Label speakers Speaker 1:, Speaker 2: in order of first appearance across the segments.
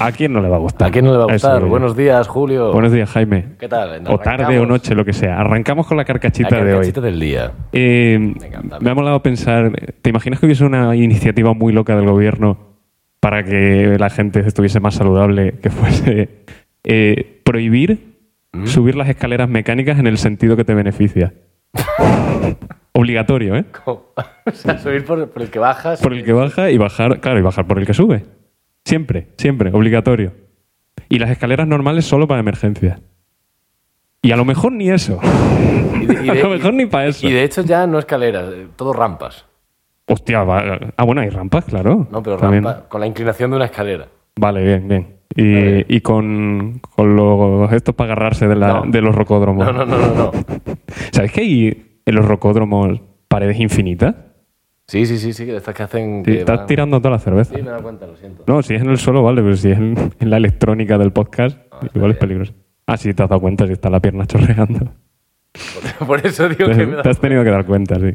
Speaker 1: ¿A quién no le va a gustar?
Speaker 2: ¿A quién no le va a
Speaker 1: Eso
Speaker 2: gustar?
Speaker 1: digo yo.
Speaker 2: Buenos días, Julio.
Speaker 1: Buenos días, Jaime.
Speaker 2: ¿Qué tal?
Speaker 1: O tarde o noche, lo que sea. Arrancamos con la
Speaker 2: La
Speaker 1: carcachita de hoy.
Speaker 2: carcachita del día.
Speaker 1: Eh,
Speaker 2: encanta.
Speaker 1: me ha molado pensar, ¿te imaginas que hubiese una iniciativa muy loca del gobierno para que la gente estuviese más saludable, que fuese eh, prohibir
Speaker 2: Mm.
Speaker 1: subir las escaleras mecánicas en el sentido que te beneficia? Obligatorio, ¿eh?
Speaker 2: o sea, subir por, por el que bajas.
Speaker 1: Por el que baja y bajar, claro, y bajar por el que sube. Siempre, siempre, obligatorio. Y las escaleras normales solo para emergencias. Y a lo mejor ni eso.
Speaker 2: y, de, y
Speaker 1: a
Speaker 2: de-
Speaker 1: lo mejor ni para eso.
Speaker 2: y de hecho ya no escaleras, eh, todo rampas.
Speaker 1: Hostia, va- ah, bueno, hay rampas, claro.
Speaker 2: No, pero
Speaker 1: También.
Speaker 2: rampa con la inclinación de una escalera.
Speaker 1: Vale, bien, bien. Y, y con, con los, estos para agarrarse de, la-
Speaker 2: No.
Speaker 1: de los rocódromos.
Speaker 2: No, no, no, no, no.
Speaker 1: ¿Sabes que hay en los rocódromos paredes infinitas?
Speaker 2: Sí, sí, sí, sí, de estas que hacen.
Speaker 1: Sí,
Speaker 2: que
Speaker 1: estás
Speaker 2: van-
Speaker 1: tirando toda la cerveza.
Speaker 2: Sí, me he dado cuenta, lo siento.
Speaker 1: No, si es en el suelo, vale, pero si es en, en la electrónica del podcast, igual es peligroso. Ah, sí, te has dado cuenta si está la pierna chorreando.
Speaker 2: Por eso digo que me he
Speaker 1: Te
Speaker 2: dado
Speaker 1: has tenido que dar cuenta, sí.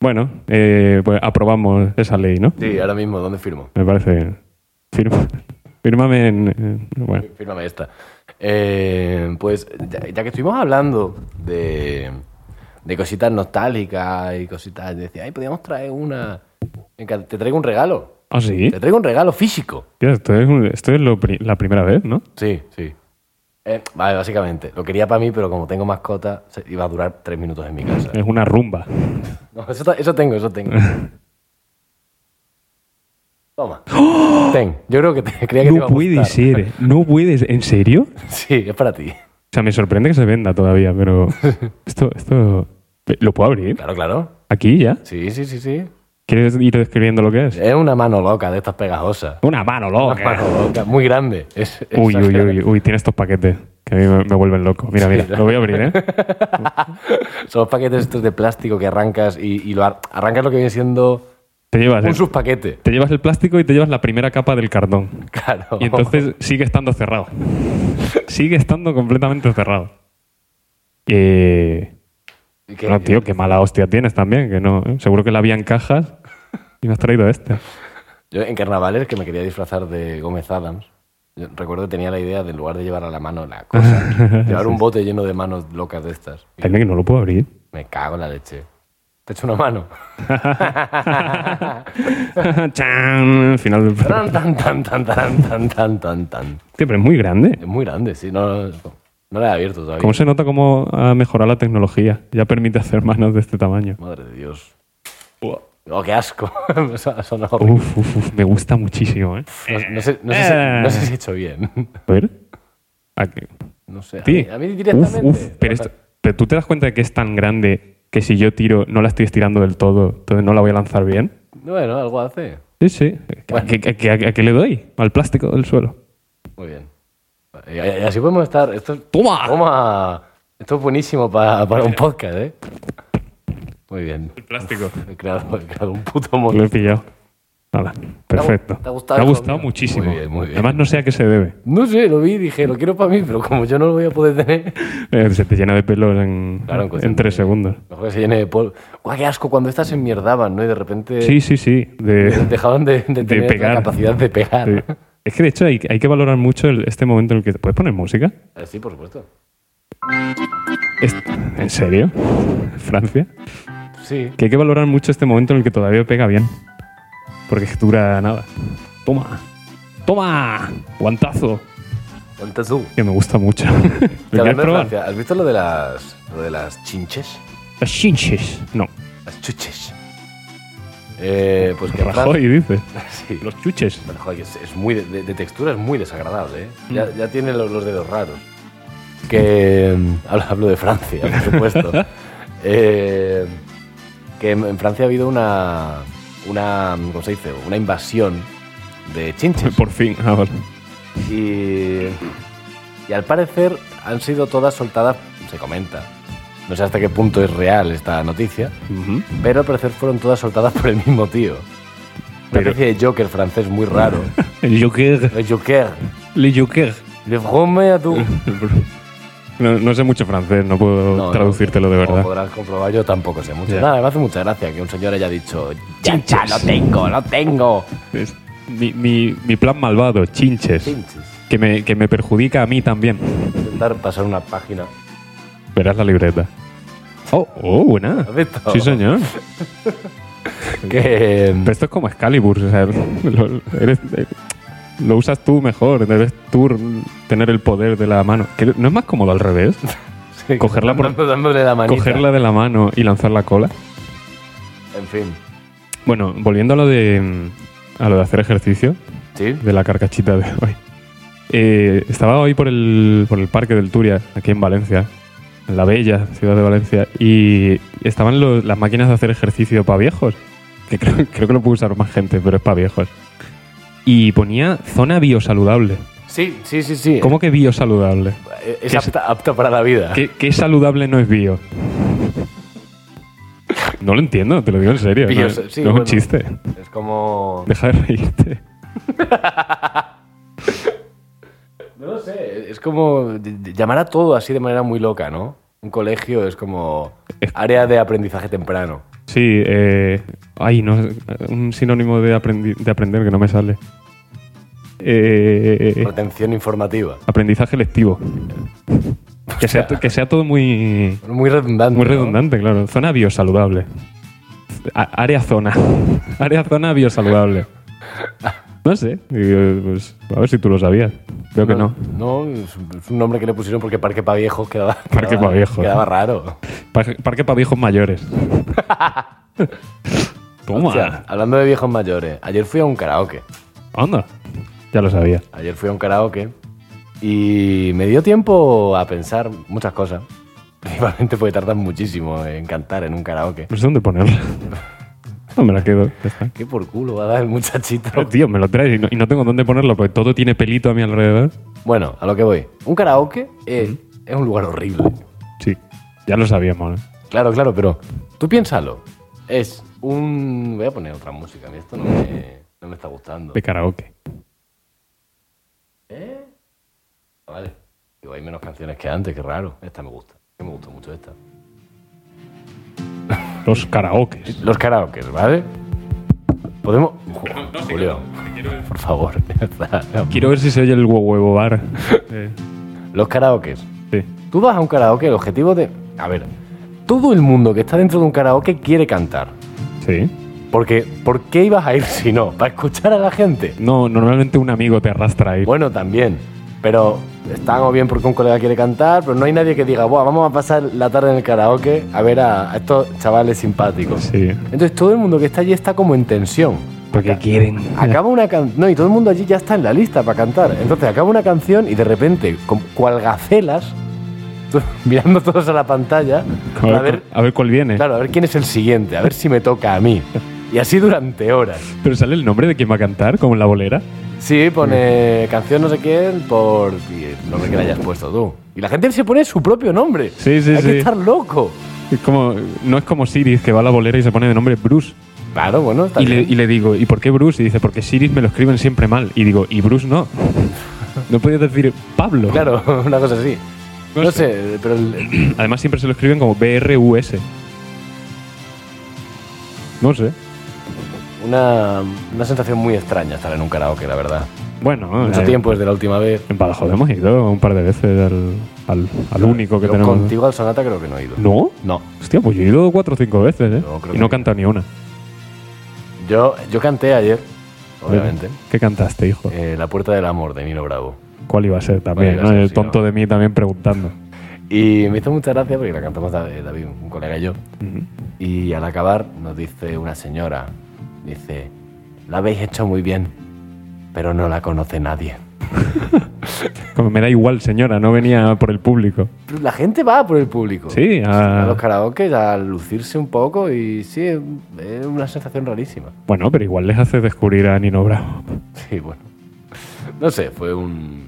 Speaker 1: Bueno, eh, pues aprobamos esa ley, ¿no?
Speaker 2: Sí, ahora mismo, ¿dónde firmo?
Speaker 1: Me parece bien. Firma, fírmame en... en- Bueno,
Speaker 2: Fírmame esta. Eh, pues ya, ya que estuvimos hablando de, de cositas nostálgicas y cositas, decía, ay, podríamos traer una. Venga, te traigo un regalo.
Speaker 1: ¿ah, sí?
Speaker 2: Te traigo un regalo físico.
Speaker 1: Tío, esto es, un- esto es lo pri- la primera vez, ¿no?
Speaker 2: Sí, sí. Eh, vale, básicamente. Lo quería para mí, pero como tengo mascota, se- iba a durar tres minutos en mi casa.
Speaker 1: Es una rumba.
Speaker 2: No, eso, ta- eso tengo, eso tengo. Toma. Ten. Yo creo que te, creía que te iba
Speaker 1: ¡Oh! No
Speaker 2: a gustar.
Speaker 1: puede ser, no puede ser. ¿En serio?
Speaker 2: Sí, es para ti.
Speaker 1: O sea, me sorprende que se venda todavía, pero esto, esto... ¿Lo puedo abrir?
Speaker 2: Claro, claro.
Speaker 1: ¿Aquí ya?
Speaker 2: Sí, sí, sí, sí.
Speaker 1: ¿Quieres ir describiendo lo que es?
Speaker 2: Es una mano loca de estas pegajosas.
Speaker 1: Eh, Una mano loca.
Speaker 2: Mano loca, muy grande. Es- es
Speaker 1: Uy, uy,
Speaker 2: exagerado.
Speaker 1: uy, uy, tiene estos paquetes que a mí me, me vuelven loco. Mira, mira, lo voy a abrir, ¿eh?
Speaker 2: Son los paquetes estos de plástico que arrancas y, y lo ar- arrancas lo que viene siendo
Speaker 1: Te llevas,
Speaker 2: un
Speaker 1: el,
Speaker 2: subpaquete.
Speaker 1: te llevas el plástico y te llevas la primera capa del cartón.
Speaker 2: Claro.
Speaker 1: Y entonces sigue estando cerrado. Sigue estando completamente cerrado. Eh,
Speaker 2: Y que-
Speaker 1: no, tío, qué mala hostia tienes también, que no. ¿eh? Seguro que la había en cajas y me has traído este.
Speaker 2: Yo en carnavales que me quería disfrazar de Gómez Adams. yo recuerdo que tenía la idea de en lugar de llevar a la mano la cosa, llevar un bote lleno de manos locas de estas. Y
Speaker 1: Jaime, que no lo puedo abrir.
Speaker 2: me cago en la leche. Te echo una mano.
Speaker 1: Chan, final del programa.
Speaker 2: Tan, tan, tan, tan, tan, tan, tan, tan, tan.
Speaker 1: Tío, pero es muy grande.
Speaker 2: Es muy grande, sí. No, no, no, no la he abierto todavía.
Speaker 1: ¿Cómo se nota cómo ha mejorado la tecnología? Ya permite hacer manos de este tamaño.
Speaker 2: Madre de Dios. Oh, qué asco. Me ha sonado horrible.
Speaker 1: Uf, uf, uf, me gusta muchísimo, ¿eh?
Speaker 2: No, no sé, no, sé si, no sé si he hecho bien.
Speaker 1: A ver. Aquí.
Speaker 2: No sé. A
Speaker 1: Sí.
Speaker 2: mí, a mí directamente.
Speaker 1: Uf, uf, pero, esto- pero tú te das cuenta de que es tan grande que si yo tiro, no la estoy estirando del todo, entonces no la voy a lanzar bien.
Speaker 2: Bueno, algo hace.
Speaker 1: Sí, sí. ¿A, qué, a qué- a qué- a qué le doy? Al plástico del suelo.
Speaker 2: Muy bien. Y, y así podemos estar. Esto,
Speaker 1: ¡Toma!
Speaker 2: Toma. Esto es buenísimo pa- para un podcast, ¿eh? Muy bien.
Speaker 1: El plástico.
Speaker 2: He creado, he creado un puto mono.
Speaker 1: Lo he pillado. Nada, perfecto.
Speaker 2: te ha gustado,
Speaker 1: Me ha
Speaker 2: hijo
Speaker 1: gustado
Speaker 2: mío?
Speaker 1: muchísimo.
Speaker 2: Muy bien, muy bien.
Speaker 1: Además, no sé a qué se debe.
Speaker 2: No sé, lo vi y dije, lo quiero para mí, pero como yo no lo voy a poder tener.
Speaker 1: Eh, Se te llena de pelo en,
Speaker 2: Claro, en cuestión
Speaker 1: en tres segundos.
Speaker 2: Mejor que se llene de polvo. Guau, qué asco cuando estas se enmierdaban, ¿no? Y de repente
Speaker 1: Sí, sí, sí. de-
Speaker 2: dejaban de, de tener
Speaker 1: pegar.
Speaker 2: la capacidad de pegar.
Speaker 1: de- Es que de hecho hay, hay que valorar mucho el- este momento en el que. ¿Puedes poner música?
Speaker 2: Eh, Sí, por supuesto.
Speaker 1: Es- ¿En serio? ¿Francia?
Speaker 2: Sí.
Speaker 1: Que hay que valorar mucho este momento en el que todavía pega bien. Porque dura nada. Toma. Toma. Guantazo.
Speaker 2: ¿Cuántas tú?
Speaker 1: Que me gusta mucho.
Speaker 2: Que
Speaker 1: ¿Lo quieres
Speaker 2: hablando de
Speaker 1: probar?
Speaker 2: Francia, ¿Has visto lo de las, lo de las chinches?
Speaker 1: Las chinches. No.
Speaker 2: Las chuches. Eh, pues que en Francia-
Speaker 1: Rajoy dice.
Speaker 2: Sí.
Speaker 1: Los chuches.
Speaker 2: Rajoy es, es muy de, de- de textura es muy desagradable. ¿eh? Ya, ya tiene los, los dedos raros. Que mm, hablo, hablo de Francia, por supuesto. Eh, que en, en Francia ha habido una, una, ¿cómo se dice? Una invasión de chinches.
Speaker 1: Por fin. Ah, vale.
Speaker 2: Y, y al parecer han sido todas soltadas, se comenta. No sé hasta qué punto es real esta noticia,
Speaker 1: Ujú.
Speaker 2: pero al parecer fueron todas soltadas por el mismo tío. Una
Speaker 1: Pero-
Speaker 2: especie de Joker francés muy raro.
Speaker 1: El Joker.
Speaker 2: Le Joker.
Speaker 1: Le Joker.
Speaker 2: Le Brome a tú.
Speaker 1: No, no sé mucho francés, no puedo traducírtelo de
Speaker 2: Como
Speaker 1: verdad.
Speaker 2: podrás comprobar, yo tampoco sé mucho.
Speaker 1: Ya.
Speaker 2: Nada, me hace mucha gracia que un señor haya dicho: ¡Ya, ya,
Speaker 1: Chinches.
Speaker 2: lo tengo, lo tengo!
Speaker 1: Es- mi, mi- mi plan malvado, chinches,
Speaker 2: Pinches.
Speaker 1: que me, que me perjudica a mí también.
Speaker 2: Intentar pasar una página.
Speaker 1: Verás la libreta. Oh, oh, buena.
Speaker 2: ¿Has visto?
Speaker 1: Sí, señor.
Speaker 2: Que.
Speaker 1: Pero esto es como Excalibur, o sea, lo, eres- eh, lo usas tú mejor, debes tú tener el poder de la mano. Que ¿No es más cómodo al revés?
Speaker 2: sí,
Speaker 1: cogerla por-
Speaker 2: dando- dándole la manita.
Speaker 1: Cogerla de la mano y lanzar la cola.
Speaker 2: En fin.
Speaker 1: Bueno, volviendo a lo de, mm, a lo de hacer ejercicio,
Speaker 2: Sí.
Speaker 1: de la carcachita de hoy. Eh, estaba hoy por el, por el parque del Turia, aquí en Valencia, en la bella ciudad de Valencia, y estaban los- las máquinas de hacer ejercicio para viejos, que creo, creo que lo puede usar más gente, pero es para viejos. Y ponía zona biosaludable.
Speaker 2: Sí, sí, sí, sí.
Speaker 1: ¿Cómo que biosaludable?
Speaker 2: Eh, Es
Speaker 1: que
Speaker 2: apta, apta para la vida.
Speaker 1: ¿Qué, qué saludable no es bio? No lo entiendo, te lo digo en serio.
Speaker 2: Bio-
Speaker 1: no,
Speaker 2: sí,
Speaker 1: no es
Speaker 2: bueno.
Speaker 1: un chiste.
Speaker 2: Es como.
Speaker 1: Deja de reírte.
Speaker 2: No lo sé, es como ll- llamar a todo así de manera muy loca, ¿no? Un colegio es como área de aprendizaje temprano.
Speaker 1: Sí, eh, ay, no, un sinónimo de, aprendi- de aprender que no me sale. Eh,
Speaker 2: Retención informativa.
Speaker 1: aprendizaje lectivo. Que sea, que sea todo muy,
Speaker 2: Muy redundante.
Speaker 1: muy
Speaker 2: ¿no?
Speaker 1: redundante, claro. Zona biosaludable. A- área zona. área zona biosaludable. No sé, digo, pues, a ver si tú lo sabías. Creo que no.
Speaker 2: No, es es un nombre que le pusieron porque Parque Pa' Viejos quedaba,
Speaker 1: Parque
Speaker 2: quedaba-
Speaker 1: Pa' Viejos.
Speaker 2: quedaba raro.
Speaker 1: Parque, para viejos mayores. Toma.
Speaker 2: Hostia, hablando de viejos mayores, ayer fui a un karaoke.
Speaker 1: Anda. Ya lo sabía.
Speaker 2: Ayer fui a un karaoke y me dio tiempo a pensar muchas cosas. Principalmente porque tardas muchísimo en cantar en un karaoke.
Speaker 1: No sé dónde ponerla. No me la quedo. ya está.
Speaker 2: ¿Qué por culo va a dar el muchachito?
Speaker 1: Pero, tío, me lo traes y no, y no tengo dónde ponerlo porque todo tiene pelito a mi alrededor.
Speaker 2: Bueno, a lo que voy. Un karaoke eh, es un lugar horrible.
Speaker 1: Sí. Ya lo sabíamos. ¿eh?
Speaker 2: Claro, claro, pero tú piénsalo. Es un... Voy a poner otra música, a mí esto no me, no me está gustando.
Speaker 1: De karaoke.
Speaker 2: ¿Eh? Ah, Vale. Digo, hay menos canciones que antes, qué raro. Esta me gusta. Que me gustó mucho esta.
Speaker 1: Los karaokes.
Speaker 2: Los karaokes, ¿vale? Podemos... Julio, por favor. ya está.
Speaker 1: Quiero ver si se oye el huevo huevo bar. Eh,
Speaker 2: Los karaokes.
Speaker 1: sí.
Speaker 2: Tú vas a un karaoke, el objetivo de... A ver, todo el mundo que está dentro de un karaoke quiere cantar.
Speaker 1: Sí.
Speaker 2: Porque, ¿por qué ibas a ir si no? ¿Para escuchar a la gente?
Speaker 1: No, normalmente un amigo te arrastra ahí.
Speaker 2: Bueno, también. Pero están o bien porque un colega quiere cantar, pero no hay nadie que diga, Buah, vamos a pasar la tarde en el karaoke a ver a, a estos chavales simpáticos.
Speaker 1: Sí.
Speaker 2: Entonces todo el mundo que está allí está como en tensión.
Speaker 1: Porque quieren.
Speaker 2: Acaba una canción. No, y todo el mundo allí ya está en la lista para cantar. Entonces acaba una canción y de repente, con cual gacelas, tú- mirando todos a la pantalla,
Speaker 1: A ver,
Speaker 2: a ver,
Speaker 1: a ver cuál viene.
Speaker 2: claro, a ver quién es el siguiente, a ver si me toca a mí. Y así durante horas.
Speaker 1: Pero sale el nombre de quien va a cantar, como en la bolera.
Speaker 2: Sí, pone canción no sé quién por el nombre que le hayas puesto tú. Y la gente se pone su propio nombre.
Speaker 1: Sí, sí,
Speaker 2: Hay
Speaker 1: sí.
Speaker 2: que estar loco.
Speaker 1: Es como, no es como Siris que va a la bolera y se pone de nombre Bruce.
Speaker 2: Claro, bueno, está
Speaker 1: Y le,
Speaker 2: bien.
Speaker 1: y le digo, ¿y por qué Bruce? Y dice, porque Siris me lo escriben siempre mal. Y digo, ¿y Bruce no? No podías decir Pablo.
Speaker 2: Claro, una cosa así.
Speaker 1: No
Speaker 2: No, sé, pero el-
Speaker 1: Además siempre se lo escriben como BRUS. No sé.
Speaker 2: una, una sensación muy extraña estar en un karaoke, la verdad.
Speaker 1: Bueno,
Speaker 2: Mucho
Speaker 1: eh,
Speaker 2: tiempo desde la última vez.
Speaker 1: En Badajoz hemos ido un par de veces al, al- al único que
Speaker 2: Yo
Speaker 1: tenemos.
Speaker 2: Contigo al Sonata creo que no he ido.
Speaker 1: ¿No?
Speaker 2: No.
Speaker 1: Hostia, pues yo he ido cuatro o cinco veces, ¿eh?
Speaker 2: No, creo
Speaker 1: y
Speaker 2: que
Speaker 1: no he
Speaker 2: no.
Speaker 1: cantado ni una.
Speaker 2: Yo, yo canté ayer, obviamente,
Speaker 1: ¿Qué cantaste, hijo?
Speaker 2: eh, La Puerta del Amor de Nino Bravo.
Speaker 1: ¿Cuál iba a ser también?
Speaker 2: iba a
Speaker 1: no?
Speaker 2: ser,
Speaker 1: El
Speaker 2: sí,
Speaker 1: tonto
Speaker 2: no.
Speaker 1: de mí también preguntando.
Speaker 2: Y me hizo mucha gracia porque la cantamos David, David, un colega y yo. Y al acabar nos dice una señora, dice, la habéis hecho muy bien, pero no la conoce nadie.
Speaker 1: Como me da igual, señora, no venía por el público.
Speaker 2: Pero la gente va por el público.
Speaker 1: Sí, ah.
Speaker 2: A
Speaker 1: a-
Speaker 2: los karaoke, a lucirse un poco y sí, es- es una sensación rarísima.
Speaker 1: bueno, pero igual les haces descubrir a Nino Bravo.
Speaker 2: Sí, bueno. No sé, fue un...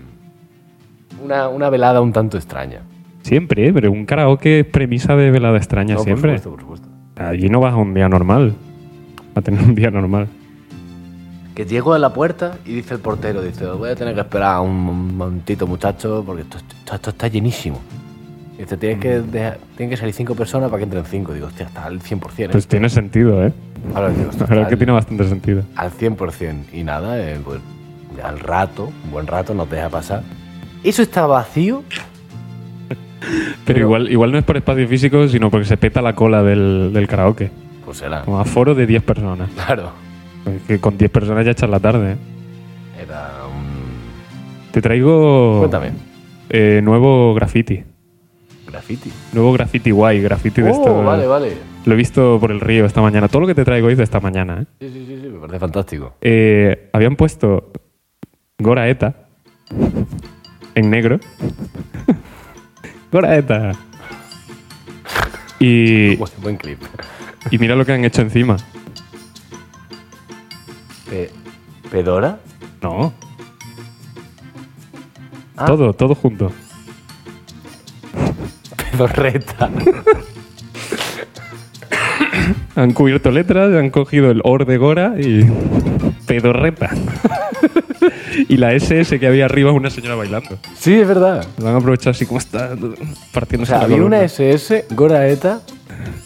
Speaker 2: Una, una velada un tanto extraña.
Speaker 1: Siempre, ¿eh? pero un karaoke es premisa de velada extraña
Speaker 2: No,
Speaker 1: siempre.
Speaker 2: Por supuesto, por supuesto.
Speaker 1: Allí no vas a un día normal. A tener un día normal.
Speaker 2: Que llego a la puerta y dice el portero, dice, voy a tener que esperar un momentito muchacho porque esto, esto- esto está llenísimo. Dice, tienen que,
Speaker 1: Mm.
Speaker 2: dejar- tienen que salir cinco personas para que entren cinco. Digo, hostia, está al 100%. ¿eh?
Speaker 1: Pues tiene sentido, ¿eh?
Speaker 2: Ahora digo, hostia,
Speaker 1: La verdad
Speaker 2: está
Speaker 1: es que
Speaker 2: al-
Speaker 1: tiene bastante sentido.
Speaker 2: al 100%. Y nada, eh, pues al rato, un buen rato, nos deja pasar. Eso está vacío.
Speaker 1: Pero, igual, igual no es por espacio físico, sino porque se peta la cola del, del karaoke.
Speaker 2: Pues será.
Speaker 1: Como aforo de 10 personas.
Speaker 2: Claro.
Speaker 1: Es que con 10 personas ya echas la tarde. ¿eh?
Speaker 2: Era un.
Speaker 1: Te traigo.
Speaker 2: Cuéntame.
Speaker 1: eh, nuevo graffiti.
Speaker 2: Graffiti.
Speaker 1: Nuevo graffiti guay, graffiti de
Speaker 2: oh,
Speaker 1: esto.
Speaker 2: vale, vale.
Speaker 1: Lo he visto por el río esta mañana. Todo lo que te traigo es de esta mañana. ¿eh?
Speaker 2: Sí, sí, sí, sí, me parece fantástico.
Speaker 1: Eh, habían puesto Goraeta en negro. Goraeta. Y,
Speaker 2: Buen, buen clip.
Speaker 1: y mira lo que han hecho encima.
Speaker 2: Pe- ¿Pedora?
Speaker 1: No.
Speaker 2: Ah.
Speaker 1: Todo, todo junto.
Speaker 2: Pedorreta.
Speaker 1: Han cubierto letras, han cogido el or de Gora y pedorreta. y la SS que había arriba una señora bailando.
Speaker 2: sí, es verdad.
Speaker 1: Lo han aprovechado así como está partiendo.
Speaker 2: O sea, había una SS, Goraeta,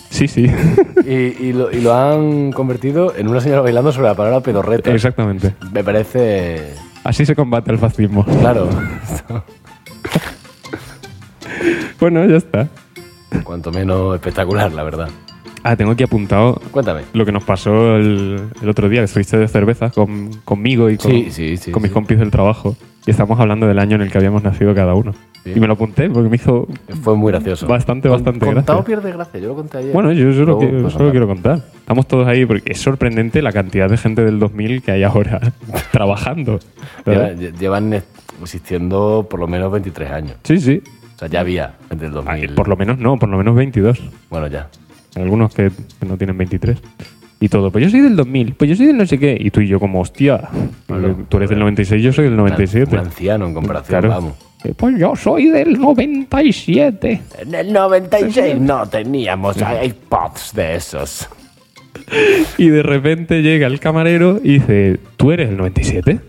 Speaker 1: Sí, sí.
Speaker 2: y, y lo, y lo han convertido en una señora bailando sobre la palabra pedorreta.
Speaker 1: Exactamente.
Speaker 2: Me parece.
Speaker 1: Así se combate el fascismo.
Speaker 2: Claro.
Speaker 1: Bueno, ya está.
Speaker 2: Cuanto menos espectacular, la verdad.
Speaker 1: Ah, tengo aquí apuntado
Speaker 2: Cuéntame.
Speaker 1: lo que nos pasó el, el otro día, que estuviste de cerveza con- conmigo y con,
Speaker 2: Sí, sí, sí,
Speaker 1: con mis
Speaker 2: sí.
Speaker 1: compis del trabajo. Y estamos hablando del año en el que habíamos nacido cada uno.
Speaker 2: Sí.
Speaker 1: Y me lo apunté porque me hizo...
Speaker 2: Fue muy gracioso.
Speaker 1: Bastante,
Speaker 2: Con-
Speaker 1: bastante
Speaker 2: Contado
Speaker 1: gracia.
Speaker 2: pierde gracia, yo lo conté ayer.
Speaker 1: Bueno, yo solo,
Speaker 2: Luego,
Speaker 1: quiero,
Speaker 2: pues,
Speaker 1: solo
Speaker 2: anda.
Speaker 1: quiero contar. ¿eh? Estamos todos ahí porque es sorprendente la cantidad de gente del 2000 que hay ahora trabajando. ¿verdad?
Speaker 2: Lleva- lle- Llevan eh, existiendo por lo menos 23 años.
Speaker 1: Sí, sí.
Speaker 2: O sea, ya había desde Ah, el
Speaker 1: Ay,
Speaker 2: 2000.
Speaker 1: Ah, por lo menos no, por lo menos 22.
Speaker 2: Bueno, ya.
Speaker 1: Algunos que no tienen 23. Y todo, pues yo soy del 2000, pues yo soy del no sé qué. Y tú y yo como, hostia, tú eres del 96, yo soy del
Speaker 2: Un an-
Speaker 1: 97.
Speaker 2: Un anciano en comparación,
Speaker 1: Claro.
Speaker 2: vamos.
Speaker 1: Eh, Pues yo soy del 97.
Speaker 2: En el 96 no teníamos iPods de esos.
Speaker 1: Y de repente llega el camarero y dice, ¿tú eres el 97?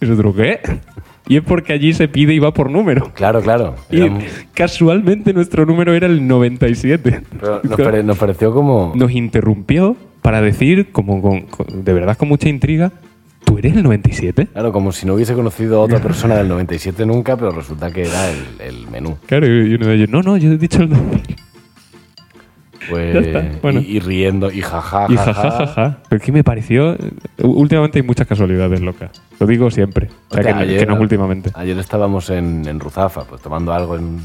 Speaker 1: Y nosotros, ¿qué? Y es porque allí se pide y va por número.
Speaker 2: Claro, claro.
Speaker 1: Y
Speaker 2: Era un-
Speaker 1: casualmente nuestro número era el 97.
Speaker 2: pero nos, pare- nos pareció como.
Speaker 1: Nos interrumpió para decir, como con- con- de verdad con mucha intriga, ¿tú eres el 97?
Speaker 2: Claro, como si no hubiese conocido a otra persona del 97 nunca, pero resulta que era el, el menú.
Speaker 1: Claro, y uno de ellos, no, no, yo he dicho el 2000.
Speaker 2: Pues,
Speaker 1: Ya está, bueno.
Speaker 2: y, y riendo, y jajaja.
Speaker 1: Y jajaja. Pero es que me pareció. Últimamente hay muchas casualidades locas. Lo digo siempre. O sea,
Speaker 2: Hostia,
Speaker 1: que, que no es últimamente.
Speaker 2: Ayer estábamos en, en Ruzafa, pues tomando algo en un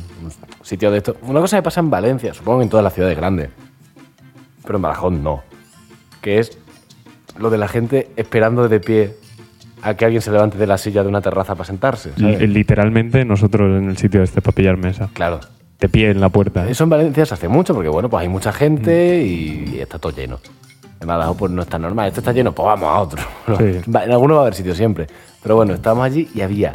Speaker 2: sitio de esto. Una cosa que pasa en Valencia, supongo que en todas las ciudades grandes, pero en Badajoz no. Que es lo de la gente esperando de pie a que alguien se levante de la silla de una terraza para sentarse. ¿sabes?
Speaker 1: Li- Literalmente nosotros en el sitio este para pillar mesa.
Speaker 2: Claro.
Speaker 1: De pie en la puerta.
Speaker 2: Eso en Valencia se hace mucho porque, bueno, pues hay mucha gente y, y está todo lleno. En Badajoz pues no está normal. Esto está lleno, pues vamos a otro.
Speaker 1: Sí.
Speaker 2: Va- En alguno va a haber sitio siempre. Pero bueno, estábamos allí y había...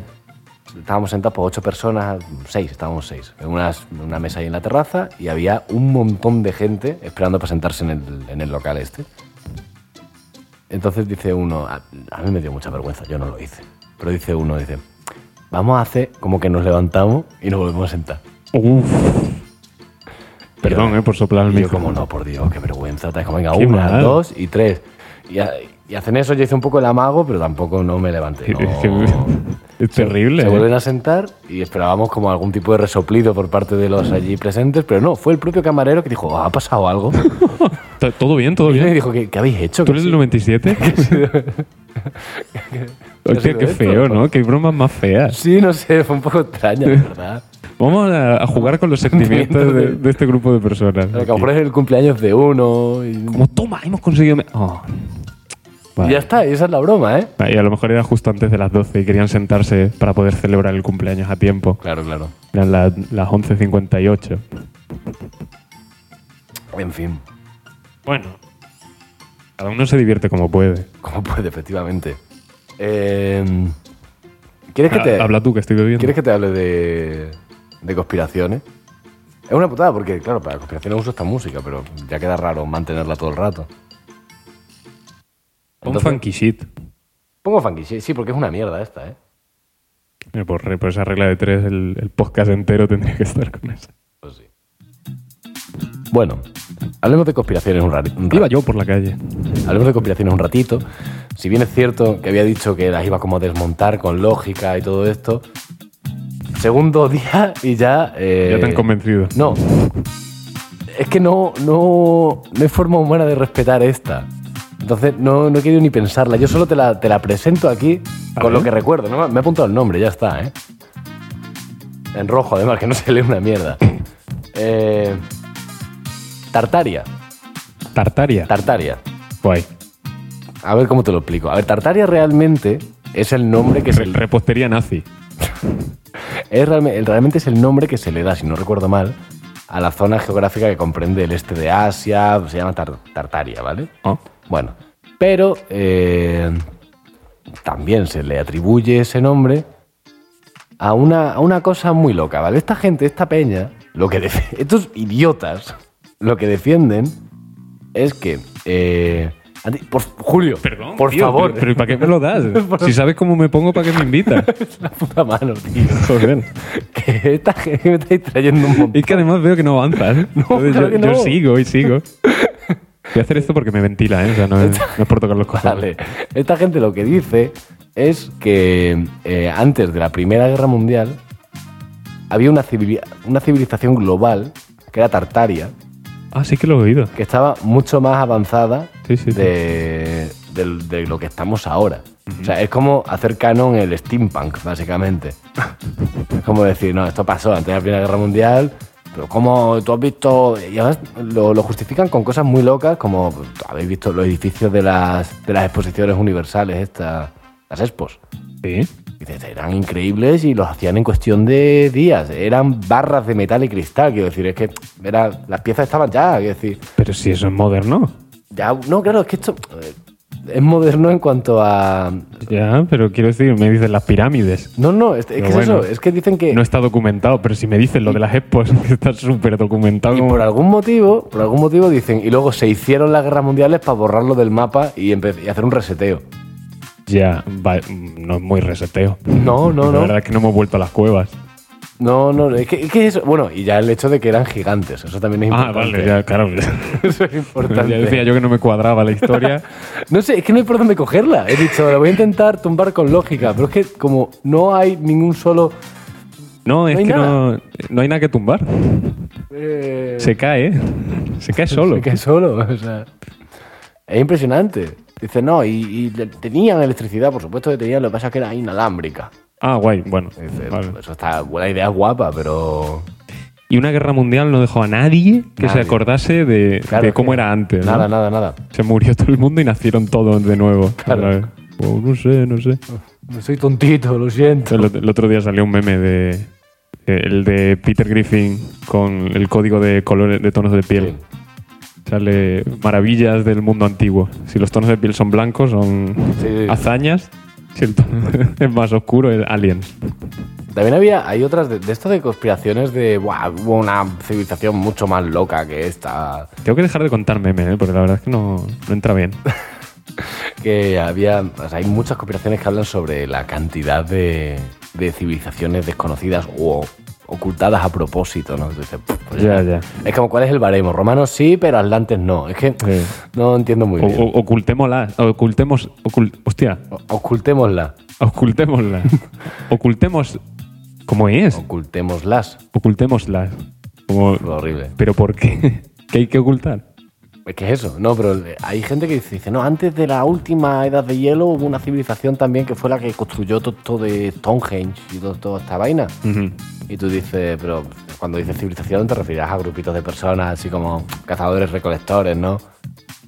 Speaker 2: Estábamos sentados por ocho personas, seis, estábamos seis, en unas- en una, mesa ahí en la terraza y había un montón de gente esperando para sentarse en el, en el local este. Entonces dice uno, a, a mí me dio mucha vergüenza, yo no lo hice, pero dice uno, dice, vamos a hacer como que nos levantamos y nos volvemos a sentar.
Speaker 1: Uf. Perdón,
Speaker 2: Yo-
Speaker 1: eh, por soplar el
Speaker 2: Y yo
Speaker 1: micro.
Speaker 2: como, no, por Dios, qué vergüenza. tal, como, venga,
Speaker 1: Qué
Speaker 2: una,
Speaker 1: mal.
Speaker 2: dos y tres. Y, a- y hacen eso, yo hice un poco el amago, pero tampoco no me levanté.
Speaker 1: Que-
Speaker 2: no.
Speaker 1: que- es terrible.
Speaker 2: Se
Speaker 1: eh.
Speaker 2: vuelven a sentar y esperábamos como algún tipo de resoplido por parte de los allí presentes, pero no, fue el propio camarero que dijo, "Ah, ¿ha pasado algo?
Speaker 1: T- Todo bien, todo
Speaker 2: Y me
Speaker 1: bien.
Speaker 2: dijo, ¿qué, qué habéis hecho?
Speaker 1: ¿Tú eres
Speaker 2: ¿Qué-
Speaker 1: el 97? Hostia,
Speaker 2: sido
Speaker 1: qué
Speaker 2: esto?
Speaker 1: feo, ¿no? Qué bromas más feas.
Speaker 2: Sí, no sé, fue un poco extraña, la verdad.
Speaker 1: Vamos a, a jugar con los sentimientos de, de este grupo de personas.
Speaker 2: A lo mejor es el cumpleaños de uno y,
Speaker 1: Como toma, hemos conseguido. me- Oh.
Speaker 2: y ya está, y esa es la broma, ¿eh?
Speaker 1: Ah, Y a lo mejor era justo antes de las 12 y querían sentarse para poder celebrar el cumpleaños a tiempo.
Speaker 2: Claro, claro.
Speaker 1: Eran las, las 11.58.
Speaker 2: En fin,
Speaker 1: Bueno. Cada uno se divierte como puede.
Speaker 2: como puede, efectivamente. Eh, ¿Quieres que
Speaker 1: Ha-
Speaker 2: te...?
Speaker 1: Habla tú, que estoy bebiendo.
Speaker 2: ¿Quieres que te hable de, de conspiraciones? Es una putada porque, claro, para conspiraciones uso esta música, pero ya queda raro mantenerla todo el rato.
Speaker 1: Un
Speaker 2: Entonces-
Speaker 1: funky shit.
Speaker 2: Pongo funky, sí, sí, porque es una mierda esta, ¿eh?
Speaker 1: Mira, Por, re- por esa regla de tres, el, el podcast entero tendría que estar con eso.
Speaker 2: Pues sí. Bueno, hablemos de conspiraciones un, rari- un
Speaker 1: Iba
Speaker 2: ratito.
Speaker 1: yo por la calle.
Speaker 2: Hablemos de conspiraciones un ratito. Si bien es cierto que había dicho que las iba como a desmontar con lógica y todo esto, segundo día y ya... eh,
Speaker 1: ya te han convencido.
Speaker 2: No. Es que no, no, no hay forma humana de respetar esta. Entonces no, no he querido ni pensarla. Yo solo te la, te la presento aquí con
Speaker 1: Vale.
Speaker 2: lo que recuerdo. ¿no? Me he apuntado el nombre, ya está, ¿eh? En rojo, además, que no se lee una mierda. Eh, Tartaria.
Speaker 1: Tartaria.
Speaker 2: Tartaria.
Speaker 1: Guay.
Speaker 2: A ver cómo te lo explico. A ver, Tartaria realmente es el nombre que se
Speaker 1: El repostería nazi.
Speaker 2: es realme- el- realmente es el nombre que se le da, si no recuerdo mal, a la zona geográfica que comprende el este de Asia, se llama Tar- Tartaria, ¿vale?
Speaker 1: Oh.
Speaker 2: Bueno, pero eh, también se le atribuye ese nombre a una, a una cosa muy loca, ¿vale? Esta gente, esta peña, lo que def- estos idiotas, lo que defienden es que... eh, a ti- por, Julio,
Speaker 1: Perdón.
Speaker 2: por
Speaker 1: tío,
Speaker 2: favor,
Speaker 1: Pero, pero ¿y ¿para qué me lo das? si sabes cómo me pongo, ¿para qué me invitas?
Speaker 2: la puta mano, tío.
Speaker 1: Joder.
Speaker 2: Que esta gente me está distrayendo un montón.
Speaker 1: Y que además veo que no avanzas. Entonces
Speaker 2: claro
Speaker 1: yo,
Speaker 2: que
Speaker 1: yo
Speaker 2: no.
Speaker 1: sigo y sigo. Voy a hacer esto porque me ventila, ¿eh? O sea, no es, no es por tocar los cojones.
Speaker 2: Vale. Esta gente lo que dice es que eh, antes de la Primera Guerra Mundial había una, civili- una civilización global, que era Tartaria,
Speaker 1: Ah, sí que lo he oído.
Speaker 2: que estaba mucho más avanzada
Speaker 1: Sí, sí, sí.
Speaker 2: de, del- de lo que estamos ahora. O sea, es como hacer canon el steampunk, básicamente. es como decir, no, esto pasó antes de la Primera Guerra Mundial, pero como tú has visto... Y además lo, lo justifican con cosas muy locas, como habéis visto los edificios de las, de las exposiciones universales, estas, las expos.
Speaker 1: Sí.
Speaker 2: Dices, eran increíbles y los hacían en cuestión de días. Eran barras de metal y cristal, quiero decir, es que era, las piezas estaban ya, quiero decir...
Speaker 1: Pero si eso es moderno.
Speaker 2: Ya, no, claro, es que esto eh, es moderno en cuanto a.
Speaker 1: Ya, pero quiero decir, me dicen las pirámides.
Speaker 2: No, no, es, es que
Speaker 1: Pero
Speaker 2: es
Speaker 1: bueno.
Speaker 2: eso, es que dicen que.
Speaker 1: No está documentado, pero si me dicen lo de las expos, que está súper documentado.
Speaker 2: y
Speaker 1: como-
Speaker 2: por algún motivo, por algún motivo dicen, y luego se hicieron las guerras mundiales para borrarlo del mapa y, empe- y hacer un reseteo.
Speaker 1: Ya, va- mm, no es muy reseteo.
Speaker 2: No, no,
Speaker 1: La
Speaker 2: no.
Speaker 1: verdad Mm, es que no hemos vuelto a las cuevas.
Speaker 2: No, no, es que, es que eso. Bueno, y ya el hecho de que eran gigantes, eso también es
Speaker 1: Ah,
Speaker 2: importante.
Speaker 1: vale, ya, claro.
Speaker 2: Eso es
Speaker 1: ya
Speaker 2: importante.
Speaker 1: decía yo que no me cuadraba la historia.
Speaker 2: No sé, es que no hay por dónde cogerla. He dicho, la voy a intentar tumbar con lógica, pero es que como no hay ningún solo.
Speaker 1: No, es
Speaker 2: hay
Speaker 1: que
Speaker 2: nada.
Speaker 1: no, no hay nada que tumbar.
Speaker 2: eh,
Speaker 1: Se cae, se cae solo.
Speaker 2: Se cae solo, o sea. Es impresionante. Dice, no, y, y le- tenían electricidad, por supuesto que tenían, lo que pasa es que era inalámbrica.
Speaker 1: Ah, guay, bueno.
Speaker 2: Dice,
Speaker 1: vale.
Speaker 2: eso está, buena idea, es guapa, pero.
Speaker 1: Y una guerra mundial no dejó a nadie que
Speaker 2: Nadie.
Speaker 1: se acordase de,
Speaker 2: claro,
Speaker 1: de cómo
Speaker 2: que-
Speaker 1: era antes. ¿no?
Speaker 2: Nada, nada, nada.
Speaker 1: Se murió todo el mundo y nacieron todos de nuevo.
Speaker 2: Claro.
Speaker 1: Otra vez. Oh, no sé, no sé.
Speaker 2: Soy tontito, lo siento.
Speaker 1: El, el otro día salió un meme de. El de Peter Griffin con el código de colores, de tonos de piel. Sale maravillas del mundo antiguo. Si los tonos de piel son blancos, son
Speaker 2: Sí.
Speaker 1: hazañas. Si el tono es más oscuro, es aliens.
Speaker 2: También había, hay otras de, de esto de conspiraciones de, "Buah, hubo una civilización mucho más loca que esta.
Speaker 1: Tengo que dejar de contar meme, ¿eh? porque la verdad es que no, no entra bien.
Speaker 2: que había, o sea, hay muchas conspiraciones que hablan sobre la cantidad de, de civilizaciones desconocidas o ocultadas a propósito, ¿no? Dices, "Pff, pues
Speaker 1: Ya, ya.
Speaker 2: ya". Es como, ¿cuál es el baremo? Romanos sí, pero atlantes no. Es que
Speaker 1: Sí.
Speaker 2: no entiendo muy
Speaker 1: O-
Speaker 2: bien.
Speaker 1: o- ocultémosla. Ocultemos. ocul- hostia.
Speaker 2: O- ocultémosla.
Speaker 1: Ocultémosla. Ocultemos. ¿Cómo es?
Speaker 2: Ocultémoslas.
Speaker 1: Ocultémosla. Como,
Speaker 2: Lo horrible.
Speaker 1: ¿Pero por qué? ¿Qué hay que ocultar?
Speaker 2: Es que Pues, es eso. No, pero eh, hay gente que dice, dice, no, antes de la última edad de hielo hubo una civilización también que fue la que construyó todo esto de Stonehenge y todo- toda esta vaina. Y tú dices, pero cuando dices civilización te referirás a grupitos de personas, así como cazadores, recolectores, ¿no?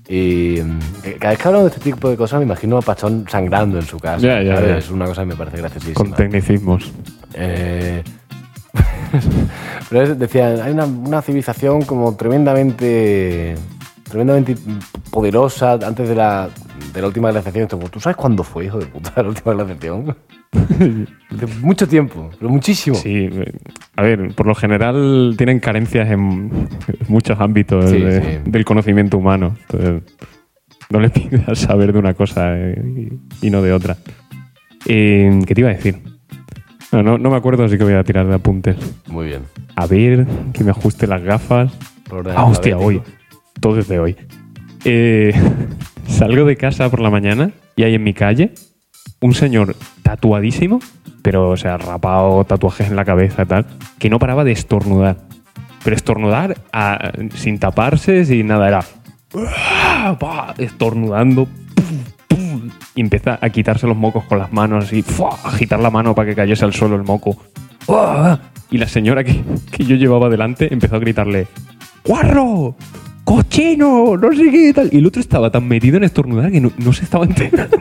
Speaker 2: Y mm, cada vez que hablamos de este tipo de cosas me imagino a Pachón sangrando en su casa.
Speaker 1: Ya, ya,
Speaker 2: ¿sabes?
Speaker 1: ya.
Speaker 2: Es una cosa que me parece graciosísima.
Speaker 1: Con tecnicismos.
Speaker 2: Eh, pero es- decían, hay una, una civilización como tremendamente tremendamente poderosa antes de la, de la última glaciación. Esto, ¿Tú sabes cuándo fue, hijo de puta, la última glaciación? De mucho tiempo, pero muchísimo.
Speaker 1: Sí. eh, A ver, por lo general tienen carencias en muchos ámbitos
Speaker 2: Sí,
Speaker 1: de-
Speaker 2: sí.
Speaker 1: del conocimiento humano. Entonces, no le pidas saber de una cosa eh, y, y no de otra. Eh, ¿Qué te iba a decir? No, no, no me acuerdo, así que voy a tirar de apuntes.
Speaker 2: Muy bien.
Speaker 1: A ver, que me ajuste las gafas.
Speaker 2: Por orden
Speaker 1: Ah, hostia, hoy.
Speaker 2: alfabético.
Speaker 1: Todo desde hoy. Eh, salgo de casa por la mañana y hay en mi calle un señor tatuadísimo, pero, o sea, rapado, tatuajes en la cabeza, tal, que no paraba de estornudar. Pero estornudar a- sin taparse, sin nada, era. ¡Ah! ¡Bah! Estornudando. ¡pum! ¡pum! Y empieza a quitarse los mocos con las manos y ¡fua! agitar la mano para que cayese al suelo el moco. ¡Ah! Y la señora que, que yo llevaba delante empezó a gritarle: ¡Guarro! ¡Cochino! No sé qué tal. Y el otro estaba tan metido en estornudar que no, no se estaba enterando.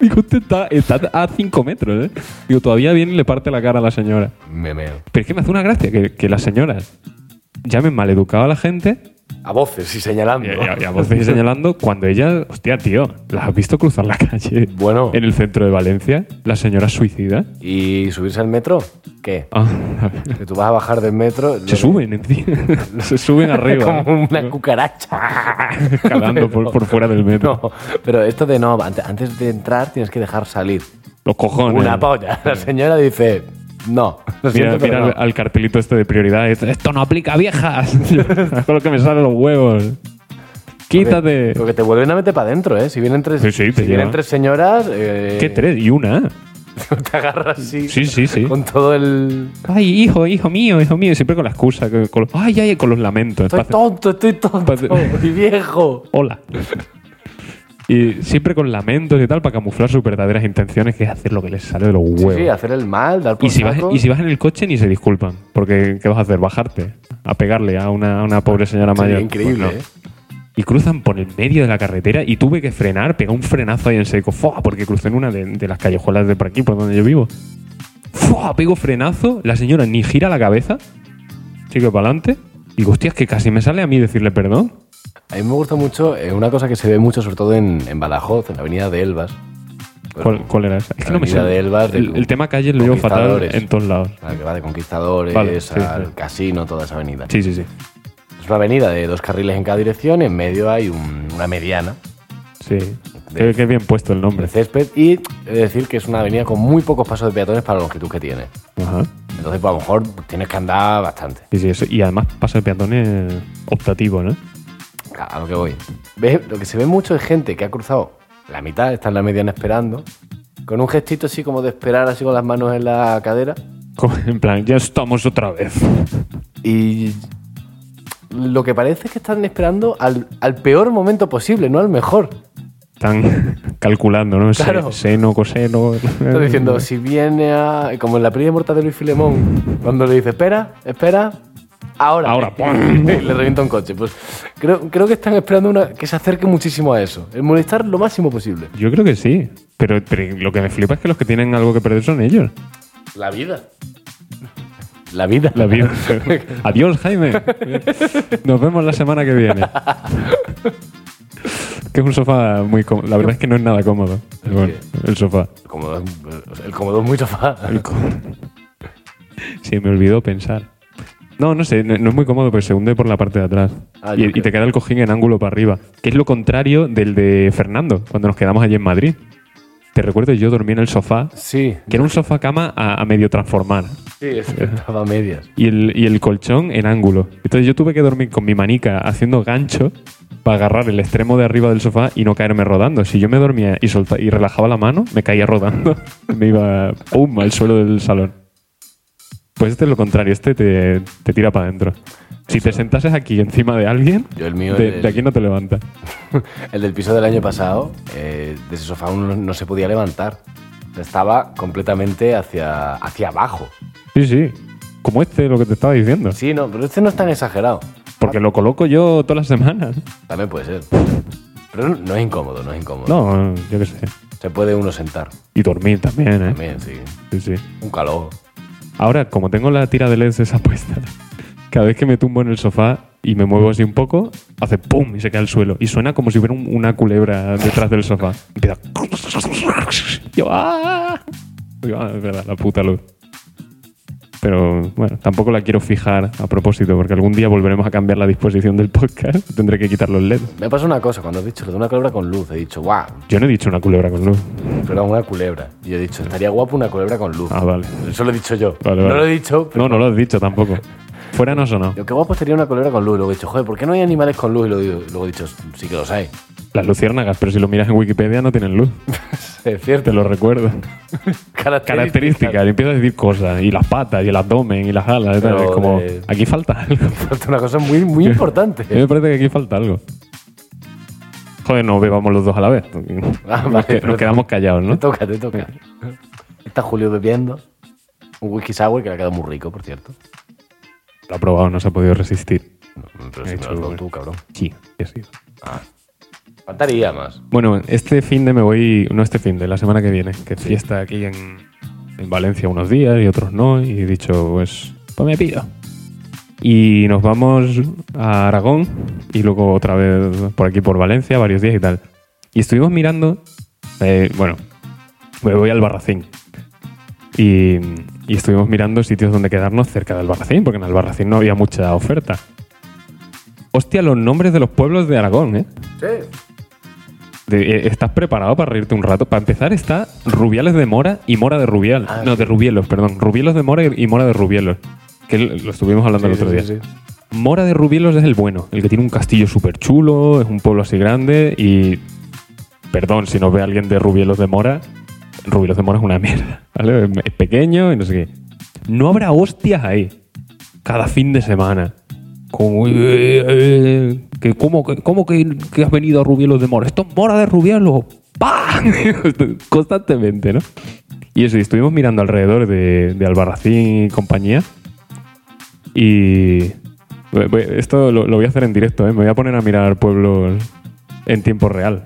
Speaker 1: Digo, usted está, está a 5 metros, ¿eh? Digo, todavía viene y le parte la cara a la señora.
Speaker 2: Me meo.
Speaker 1: Pero es que me hace una gracia que, que las señoras llamen maleducado a la gente
Speaker 2: A voces y señalando.
Speaker 1: y, y- y a voces y señalando cuando ellas, hostia, tío, las has visto cruzar la calle
Speaker 2: Bueno,
Speaker 1: en el centro de Valencia, la señora suicida.
Speaker 2: ¿y subirse al metro? ¿Qué?
Speaker 1: Ah, a ver.
Speaker 2: Que tú vas a bajar del metro.
Speaker 1: se suben, encima. se suben arriba, ¿eh?
Speaker 2: Como una cucaracha.
Speaker 1: escalando por, por fuera del metro.
Speaker 2: No, pero esto de no, ante- antes de entrar tienes que dejar salir.
Speaker 1: Los cojones.
Speaker 2: Una polla. La señora dice, no.
Speaker 1: Mira,
Speaker 2: Lo siento, pero
Speaker 1: mira al,
Speaker 2: no.
Speaker 1: al cartelito este de prioridades. Esto no aplica, viejas. Con lo que me salen los huevos. Quítate.
Speaker 2: Porque te vuelven a meter para adentro, ¿eh? Si vienen tres,
Speaker 1: Sí, sí, te
Speaker 2: si vienen
Speaker 1: llevan.
Speaker 2: tres señoras, eh,
Speaker 1: ¿Qué tres? Y una.
Speaker 2: te agarras así
Speaker 1: Sí, sí, sí.
Speaker 2: con todo el...
Speaker 1: Ay, hijo, hijo mío, hijo mío. Siempre con la excusa. que- Con, ay, ay, con los lamentos.
Speaker 2: Estoy
Speaker 1: Paz-
Speaker 2: tonto, estoy tonto.
Speaker 1: Pase-
Speaker 2: Y viejo.
Speaker 1: Hola. Y siempre con lamentos y tal para camuflar sus verdaderas intenciones, que es hacer lo que les sale de los
Speaker 2: Sí,
Speaker 1: huevos.
Speaker 2: sí, hacer el mal, dar por
Speaker 1: y, si vas,
Speaker 2: saco.
Speaker 1: y si vas en el coche ni se disculpan, porque ¿qué vas a hacer? ¿Bajarte? ¿A pegarle a una, a una pobre señora
Speaker 2: Sería
Speaker 1: mayor?
Speaker 2: increíble,
Speaker 1: Pues no.
Speaker 2: ¿eh?
Speaker 1: y cruzan por el medio de la carretera y tuve que frenar, pegar un frenazo ahí en seco, ¡fua! porque crucé en una de, de las callejuelas de por aquí, por donde yo vivo. ¡Fua! Pego frenazo, la señora ni gira la cabeza, sigue para adelante. Digo, hostia, es que casi me sale a mí decirle perdón.
Speaker 2: A mí me gusta mucho eh, una cosa que se ve mucho, sobre todo en, en Badajoz, en la avenida de Elvas.
Speaker 1: ¿Cuál, cuál era esa? Es que no me
Speaker 2: Avenida
Speaker 1: sale.
Speaker 2: de Elvas, de
Speaker 1: el, el tema calle lo llevo fatal
Speaker 2: Conquistadores.
Speaker 1: en todos lados.
Speaker 2: La que va de Conquistadores,
Speaker 1: Vale, sí,
Speaker 2: al
Speaker 1: sí.
Speaker 2: casino, toda esa avenida.
Speaker 1: Sí, sí, sí.
Speaker 2: Es una avenida de dos carriles en cada dirección, en medio hay un- una mediana
Speaker 1: Sí. Qué, qué bien puesto el
Speaker 2: de
Speaker 1: nombre.
Speaker 2: césped y he de decir que es una avenida con muy pocos pasos de peatones para la longitud que tiene.
Speaker 1: Ajá.
Speaker 2: Entonces, pues, a lo mejor tienes que andar bastante.
Speaker 1: Sí, sí, eso. Y además pasa el peatón eh, optativo, ¿no?
Speaker 2: A lo que voy. ¿Ves? Lo que se ve mucho es gente que ha cruzado la mitad, está en la mediana esperando, con un gestito así como de esperar, así con las manos en la cadera.
Speaker 1: Como En plan, ya estamos otra vez.
Speaker 2: Y lo que parece es que están esperando al, al peor momento posible, no al mejor.
Speaker 1: Están calculando, ¿no? Se-
Speaker 2: Claro.
Speaker 1: Seno, coseno.
Speaker 2: Están diciendo, si viene a... Como en la peli de Mortadelo y Filemón, cuando le dice, espera, espera, ahora.
Speaker 1: Ahora,
Speaker 2: Y
Speaker 1: ¡pum!
Speaker 2: le revienta un coche. Pues creo, creo que están esperando una, que se acerque muchísimo a eso. El molestar lo máximo posible.
Speaker 1: Yo creo que sí. Pero, pero lo que me flipa es que los que tienen algo que perder son ellos.
Speaker 2: La vida. La vida.
Speaker 1: La vida. Adiós, Jaime. Nos vemos la semana que viene. que es un sofá muy cómodo. La verdad es que no es nada cómodo. Bueno, el sofá.
Speaker 2: El comodón, el comodón muy sofá.
Speaker 1: El co- sí, me olvidó pensar. No, no sé, no, no es muy cómodo, pero se hunde por la parte de atrás.
Speaker 2: Ah, yo
Speaker 1: y, y
Speaker 2: creo.
Speaker 1: te queda el cojín en ángulo para arriba, que es lo contrario del de Fernando, cuando nos quedamos allí en Madrid. Te recuerdo, yo dormí en el sofá,
Speaker 2: Sí,
Speaker 1: que era un sofá cama a, a medio transformar,
Speaker 2: sí, es que estaba a medias.
Speaker 1: y el, y el colchón en ángulo. Entonces yo tuve que dormir con mi manica haciendo gancho para agarrar el extremo de arriba del sofá y no caerme rodando. Si yo me dormía y, solta- y relajaba la mano, me caía rodando. me iba ¡pum! al suelo del salón. Pues este es lo contrario, este te, te tira para adentro. Si te sentases aquí encima de alguien,
Speaker 2: Yo el mío,
Speaker 1: de,
Speaker 2: el-
Speaker 1: de aquí no te levantas.
Speaker 2: El del piso del año pasado, eh, de ese sofá uno no se podía levantar. O sea, Estaba completamente hacia, hacia abajo.
Speaker 1: Sí, sí. Como este, lo que te estaba diciendo.
Speaker 2: Sí, no, pero este no es tan exagerado.
Speaker 1: Porque lo coloco yo todas las semanas.
Speaker 2: También puede ser. Pero no es incómodo, no es incómodo.
Speaker 1: No, yo qué sé.
Speaker 2: Se puede uno sentar.
Speaker 1: Y dormir también, ¿eh?
Speaker 2: También, sí.
Speaker 1: Sí, sí.
Speaker 2: Un calor.
Speaker 1: Ahora, como tengo la tira de LEDs esa puesta, cada vez que me tumbo en el sofá y me muevo así un poco, hace ¡pum! y se cae al suelo. Y suena como si hubiera un- una culebra detrás del sofá. Empieza. Yo, ¡ah! Digo, "Ah, es verdad, la puta luz. pero bueno, tampoco la quiero fijar a propósito, porque algún día volveremos a cambiar la disposición del podcast. Tendré que quitar los LEDs.
Speaker 2: Me pasa una cosa, cuando has dicho lo de una culebra con luz, he dicho, guau,
Speaker 1: Yo no he dicho una culebra con luz.
Speaker 2: perdón, una culebra. Y he dicho, estaría guapo una culebra con luz.
Speaker 1: Ah, vale.
Speaker 2: Eso lo he dicho yo.
Speaker 1: Vale,
Speaker 2: No
Speaker 1: vale.
Speaker 2: lo he dicho, pero
Speaker 1: No, no lo has dicho tampoco. Fuera no sonó.
Speaker 2: Yo, qué guapo sería una culebra con luz. Luego he dicho, joder, ¿por qué no hay animales con luz? Y luego, luego he dicho, sí que los hay.
Speaker 1: Las luciérnagas, pero si lo miras en Wikipedia no tienen luz.
Speaker 2: Es cierto.
Speaker 1: Te lo recuerdo. Características, y empiezas a decir cosas. Y las patas, y el abdomen, y las alas. y tal.
Speaker 2: Pero
Speaker 1: Es como,
Speaker 2: de-
Speaker 1: aquí falta algo.
Speaker 2: Falta Una cosa muy, muy
Speaker 1: A mí
Speaker 2: importante.
Speaker 1: me parece que aquí falta algo. Joder, no bebamos los dos a la vez.
Speaker 2: Ah,
Speaker 1: nos,
Speaker 2: vale,
Speaker 1: que- nos
Speaker 2: perdón.
Speaker 1: quedamos callados,
Speaker 2: Te
Speaker 1: ¿no?
Speaker 2: toca, te toca. Está Julio bebiendo un whisky sour que le ha quedado muy rico, por cierto.
Speaker 1: Lo ha probado, no se ha podido resistir.
Speaker 2: No, Pero
Speaker 1: He
Speaker 2: si me lo
Speaker 1: hecho,
Speaker 2: has dado
Speaker 1: bueno.
Speaker 2: tú, cabrón.
Speaker 1: Sí, que sí.
Speaker 2: Faltaría más.
Speaker 1: Bueno, este fin de me voy, no este fin de, la semana que viene, que es fiesta aquí en, en Valencia unos días y otros no, y he dicho, pues, pues me pido. Y nos vamos a Aragón y luego otra vez por aquí por Valencia, varios días y tal. Y estuvimos mirando, eh, bueno, me voy al Barracín. Y, y estuvimos mirando sitios donde quedarnos cerca del Barracín, porque en el Barracín no había mucha oferta. Hostia, los nombres de los pueblos de Aragón, ¿eh?
Speaker 2: Sí.
Speaker 1: De- eh, ¿Estás preparado para reírte un rato? Para empezar está Rubiales de Mora y Mora de Rubial.
Speaker 2: Ah,
Speaker 1: no, de Rubielos, perdón. Rubielos de Mora y Mora de Rubielos. Que lo lo estuvimos hablando el otro día. Mora de Rubielos es el bueno, el que tiene un castillo súper chulo, es un pueblo así grande y... Perdón si nos ve alguien de Rubielos de Mora. Rubielos de Mora es una mierda, ¿vale? Es pequeño y no sé qué. No habrá hostias ahí. Cada fin de semana. Como, eh, eh, que, ¿Cómo, que, cómo que, que has venido a Rubielos de Mora? Esto es Mora de Rubielos. ¡Pam! Constantemente, ¿no? Y eso, y estuvimos mirando alrededor de, de Albarracín y compañía. Y. eh, voy- voy- Esto lo, lo voy a hacer en directo, ¿eh? Me voy a poner a mirar pueblos en tiempo real.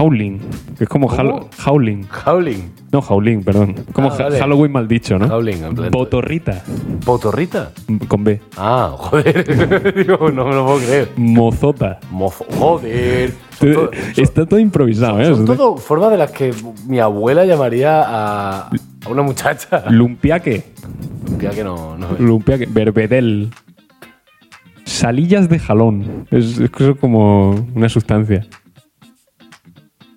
Speaker 1: Howling, que es como Hal-
Speaker 2: ¿Cómo?
Speaker 1: Howling.
Speaker 2: Howling.
Speaker 1: No, Howling, perdón. Como
Speaker 2: Ah,
Speaker 1: ha-
Speaker 2: vale.
Speaker 1: Halloween mal dicho, ¿no?
Speaker 2: Howling, en plan-
Speaker 1: Botorrita,
Speaker 2: ¿Potorrita?
Speaker 1: con B.
Speaker 2: Ah, joder. Digo, no me lo puedo creer.
Speaker 1: Mozota.
Speaker 2: Mozo. Joder. Son todo-
Speaker 1: Está todo improvisado, ¿eh?
Speaker 2: son todo formas de las que mi abuela llamaría a, a una muchacha.
Speaker 1: Lumpiaque.
Speaker 2: Ya que no, no me-
Speaker 1: Lumpia que- verbedel. Salillas de jalón. Es, es cosa como una sustancia.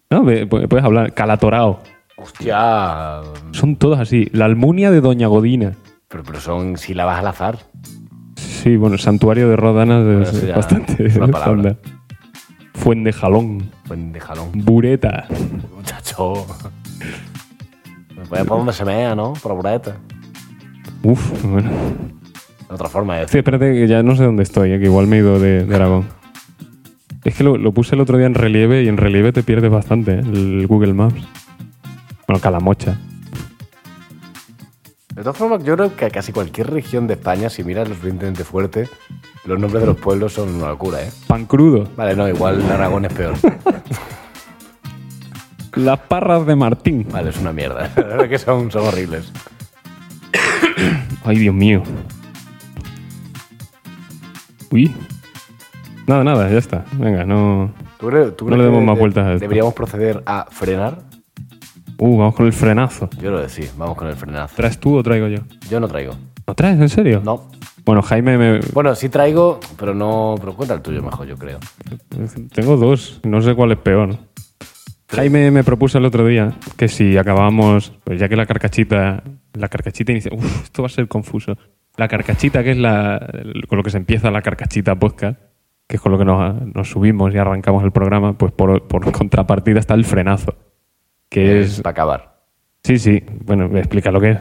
Speaker 1: No, ve- pu- puedes hablar. Calatorao.
Speaker 2: Hostia.
Speaker 1: Son todas así. La almunia de Doña Godina.
Speaker 2: Pero, pero son sílabas al azar.
Speaker 1: Sí, bueno, santuario de Rodanas es,
Speaker 2: eso ya
Speaker 1: bastante.
Speaker 2: es una
Speaker 1: de
Speaker 2: palabra.
Speaker 1: onda. Fuende jalón.
Speaker 2: Buen de jalón,
Speaker 1: Bureta.
Speaker 2: muchacho. Me voy a por donde se mea, ¿no? Por la bureta.
Speaker 1: Uf, bueno.
Speaker 2: Otra forma de
Speaker 1: Sí,
Speaker 2: decir.
Speaker 1: espérate, que ya no sé dónde estoy, eh, que igual me he ido de, de Aragón. Es que lo, lo puse el otro día en relieve y en relieve te pierdes bastante, eh, el Google Maps. Bueno, Calamocha.
Speaker 2: De todas formas, yo creo que a casi cualquier región de España, si miras lo suficientemente fuerte, los nombres de los pueblos son una locura, ¿eh?
Speaker 1: Pan crudo.
Speaker 2: Vale, no, igual Aragón es peor.
Speaker 1: Las parras de Martín.
Speaker 2: Vale, es una mierda. La verdad que son, son horribles.
Speaker 1: Ay, Dios mío. Uy. Nada, nada, ya está. Venga, no.
Speaker 2: ¿Tú cre- tú
Speaker 1: No
Speaker 2: crees
Speaker 1: le demos
Speaker 2: que
Speaker 1: más vueltas a esto.
Speaker 2: Deberíamos proceder a frenar.
Speaker 1: Uh, vamos con el frenazo.
Speaker 2: Yo creo que sí, vamos con el frenazo.
Speaker 1: ¿Traes tú o traigo yo?
Speaker 2: Yo no traigo.
Speaker 1: ¿No traes? ¿En serio?
Speaker 2: No.
Speaker 1: Bueno, Jaime, me...
Speaker 2: Bueno, sí traigo, pero no. Pero cuenta el tuyo mejor, yo creo.
Speaker 1: tengo dos. No sé cuál es peor. Jaime me propuso el otro día que si acabábamos, pues ya que la carcachita, la carcachita inicia, Uf, esto va a ser confuso. La carcachita, que es la, el- con lo que se empieza la carcachita podcast, que es con lo que nos, nos subimos y arrancamos el programa, pues por, por contrapartida está el frenazo, que es...
Speaker 2: Para acabar.
Speaker 1: Sí, sí, bueno, me explica lo que es.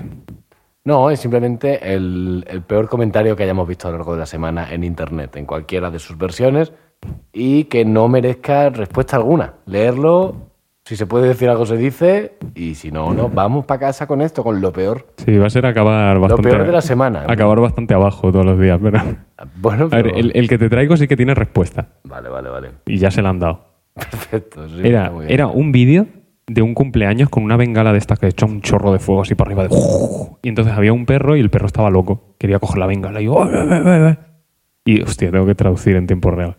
Speaker 2: No, es simplemente el, el peor comentario que hayamos visto a lo largo de la semana en Internet, en cualquiera de sus versiones, y que no merezca respuesta alguna. Leerlo, si se puede decir algo se dice, y si no, no, vamos para casa con esto, con lo peor.
Speaker 1: Sí, va a ser acabar bastante...
Speaker 2: peor de la semana.
Speaker 1: Acabar bastante abajo todos los días, pero... A
Speaker 2: Bueno,
Speaker 1: ver,
Speaker 2: pero-
Speaker 1: el- el que te traigo sí que tiene respuesta
Speaker 2: Vale, vale, vale.
Speaker 1: y ya se la han dado.
Speaker 2: Perfecto. sí, está
Speaker 1: Era,
Speaker 2: muy bien.
Speaker 1: era un vídeo de un cumpleaños con una bengala de estas que echó un chorro de fuego así para arriba. de- Y entonces había un perro y el perro estaba loco. Quería coger la bengala y... Y hostia, tengo que traducir en tiempo real.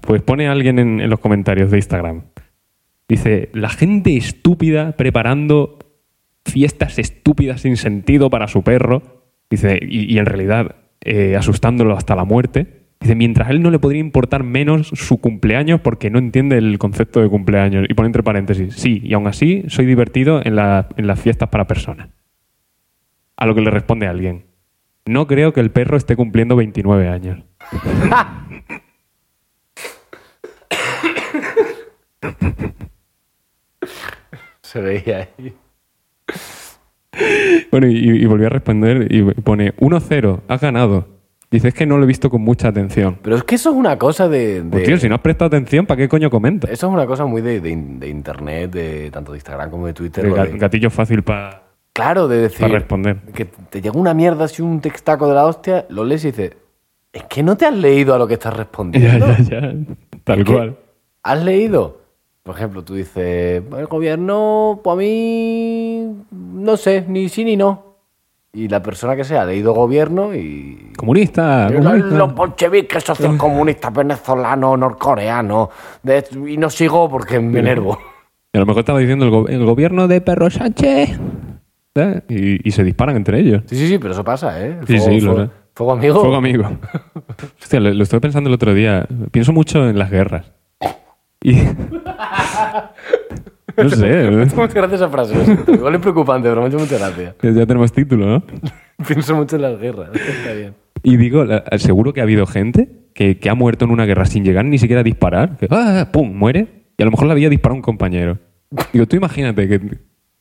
Speaker 1: Pues pone alguien en, en los comentarios de Instagram. Dice, la gente estúpida preparando fiestas estúpidas sin sentido para su perro. Dice, y, y en realidad eh, asustándolo hasta la muerte. Dice, mientras a él no le podría importar menos su cumpleaños porque no entiende el concepto de cumpleaños. Y pone entre paréntesis, sí, y aún así soy divertido en, la- en las fiestas para personas. A lo que le responde alguien, no creo que el perro esté cumpliendo 29 años.
Speaker 2: Se veía ahí.
Speaker 1: Bueno, y, y volvió a responder y pone 1-0, has ganado. Dice, es que no lo he visto con mucha atención.
Speaker 2: Pero es que eso es una cosa de. de-
Speaker 1: Pues tío, si no has prestado atención, ¿para qué coño comentas?
Speaker 2: Eso es una cosa muy de, de in- de internet, de tanto de Instagram como de Twitter.
Speaker 1: El
Speaker 2: lo
Speaker 1: ga-
Speaker 2: de-
Speaker 1: gatillo fácil para
Speaker 2: claro, de decir.
Speaker 1: responder.
Speaker 2: Que te llega una mierda así, un textaco de la hostia, lo lees y dices. Es que no te has leído a lo que estás
Speaker 1: Ya,
Speaker 2: respondiendo.
Speaker 1: ya, ya. Tal
Speaker 2: ¿Qué?
Speaker 1: cual.
Speaker 2: ¿Has leído? Por ejemplo, tú dices, el gobierno, pues a mí, no sé, ni sí ni no. Y la persona que sea ha leído gobierno y...
Speaker 1: Comunista, comunista.
Speaker 2: Los bolcheviques, sociocomunistas, venezolanos, norcoreanos. de- Y no sigo porque me enervo.
Speaker 1: Y a lo mejor estaba diciendo el, go- el gobierno de Perro Sánchez. ¿eh? Y, y se disparan entre ellos.
Speaker 2: Sí, sí, sí, pero eso pasa, ¿eh? El
Speaker 1: Sí, sí, lo
Speaker 2: fuego,
Speaker 1: sé.
Speaker 2: fuego amigo.
Speaker 1: Fuego amigo. Hostia, lo, lo estuve pensando el otro día. Pienso mucho en las guerras. Y... no sé.
Speaker 2: Muchas gracias esa frase. lo siento. Igual es preocupante, pero me ha hecho mucha gracia.
Speaker 1: Ya tenemos título, ¿no?
Speaker 2: Pienso mucho en las guerras. Está bien.
Speaker 1: Y digo, la- seguro que ha habido gente que, que ha muerto en una guerra sin llegar ni siquiera a disparar. Que, ah, ¡Pum! Muere. Y a lo mejor le había disparado un compañero. Digo, tú imagínate que,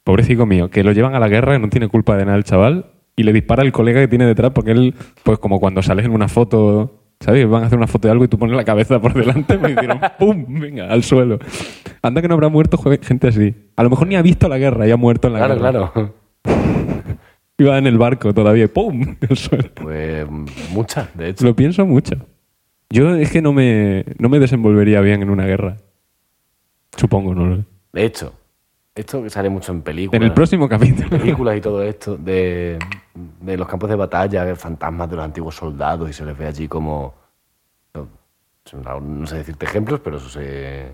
Speaker 1: pobrecito mío, que lo llevan a la guerra, no tiene culpa de nada el chaval, y le dispara el colega que tiene detrás porque él, pues como cuando sales en una foto, ¿sabes? Van a hacer una foto de algo y tú pones la cabeza por delante, me hicieron ¡pum! Venga, al suelo. Anda que no habrá muerto jue- gente así. A lo mejor ni ha visto la guerra y ha muerto en la
Speaker 2: Claro,
Speaker 1: guerra.
Speaker 2: claro.
Speaker 1: Iba en el barco todavía y ¡pum! al suelo.
Speaker 2: Pues muchas, de hecho.
Speaker 1: Lo pienso mucho. Yo es que no me, no me desenvolvería bien en una guerra. Supongo, no lo sé.
Speaker 2: De hecho. Esto que sale mucho en películas.
Speaker 1: En el próximo capítulo.
Speaker 2: películas y todo esto, de, de los campos de batalla, de fantasmas de los antiguos soldados, y se les ve allí como. No, no sé decirte ejemplos, pero eso se.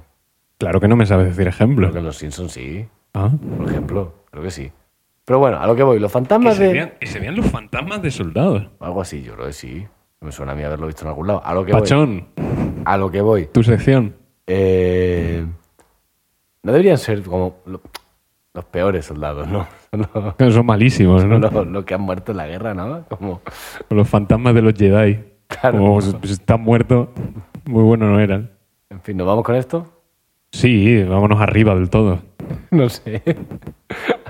Speaker 1: Claro que no me sabes decir
Speaker 2: Creo
Speaker 1: ejemplos.
Speaker 2: que en los Simpsons sí,
Speaker 1: Ah.
Speaker 2: por ejemplo, creo que sí. Pero bueno, a lo que voy, los fantasmas de.
Speaker 1: los fantasmas de soldados.
Speaker 2: Algo así, yo creo que sí. Me suena a mí haberlo visto en algún lado. A lo que
Speaker 1: Pachón,
Speaker 2: voy. A lo que voy.
Speaker 1: tu sección.
Speaker 2: Eh, no deberían ser como lo- los peores soldados, ¿no? Son los-
Speaker 1: Claro, Son malísimos, ¿no?
Speaker 2: los- los que han muerto en la guerra, ¿no? Como.
Speaker 1: Los fantasmas de los Jedi.
Speaker 2: Claro.
Speaker 1: Como si si están muertos, muy bueno no eran.
Speaker 2: En fin, ¿nos vamos con esto?
Speaker 1: Sí, vámonos arriba del todo.
Speaker 2: No sé.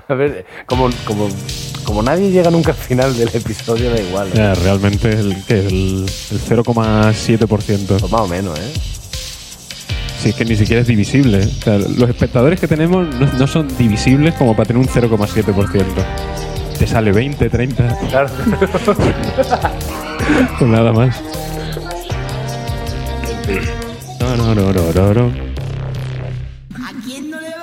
Speaker 2: A ver, como, como, como nadie llega nunca al final del episodio, da igual. ¿eh?
Speaker 1: Ya, realmente el, que el, el 0,7%.
Speaker 2: Pues más o menos, ¿eh?
Speaker 1: Si es que ni siquiera es divisible. ¿eh? O sea, los espectadores que tenemos no, no son divisibles como para tener un 0,7%. Te sale 20, 30,
Speaker 2: Claro.
Speaker 1: pues nada más. No, no, no, no, no, no.
Speaker 3: ¿A quién no le